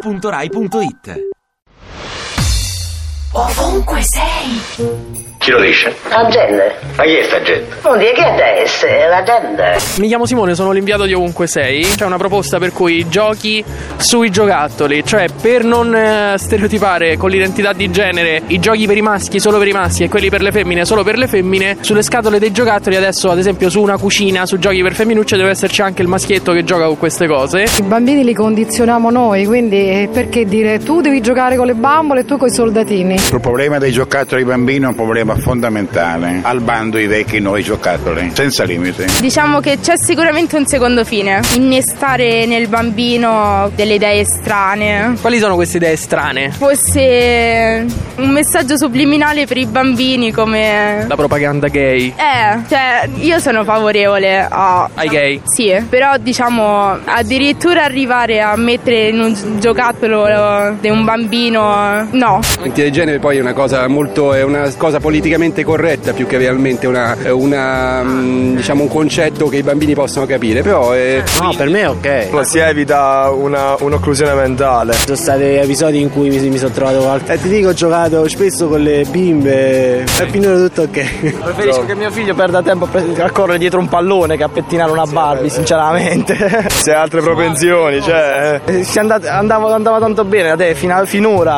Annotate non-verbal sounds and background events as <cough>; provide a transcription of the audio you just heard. radio2pod.rai.it Ovunque sei, Chi lo dice? Agende. Ma chi è sta gente? Non dire che è DS, è l'agenda. Mi chiamo Simone, sono l'inviato di Ovunque Sei. C'è una proposta per cui giochi sui giocattoli, cioè per non eh, stereotipare con l'identità di genere i giochi per i maschi solo per i maschi e quelli per le femmine solo per le femmine. Sulle scatole dei giocattoli, adesso ad esempio su una cucina, su giochi per femminucce, deve esserci anche il maschietto che gioca con queste cose. I bambini li condizioniamo noi, quindi eh, perché dire tu devi giocare con le bambole e tu con i soldatini? Il problema dei giocattoli bambini è un problema fondamentale. Al bando i vecchi e nuovi giocattoli, senza limiti. Diciamo che c'è sicuramente un secondo fine, innestare nel bambino delle idee strane. Quali sono queste idee strane? Fosse un messaggio subliminale per i bambini come... La propaganda gay. Eh, cioè, io sono favorevole a... Ai gay. Sì, però diciamo addirittura arrivare a mettere in un gi- giocattolo di un bambino... No. L'identità di genere poi è una cosa molto è una cosa politicamente corretta più che realmente una, è una, mm, diciamo un concetto che i bambini possono capire, però è No, per me è ok. si evita un'occlusione mentale. Ci sono stati episodi in cui mi, mi sono trovato qualche. E ti dico, ho giocato spesso con le bimbe. E finora tutto ok. Preferisco che mio figlio perda tempo a, correre dietro un pallone che a pettinare una Barbie, sinceramente. <laughs> Se ha altre propensioni, cioè. andava, tanto bene, finora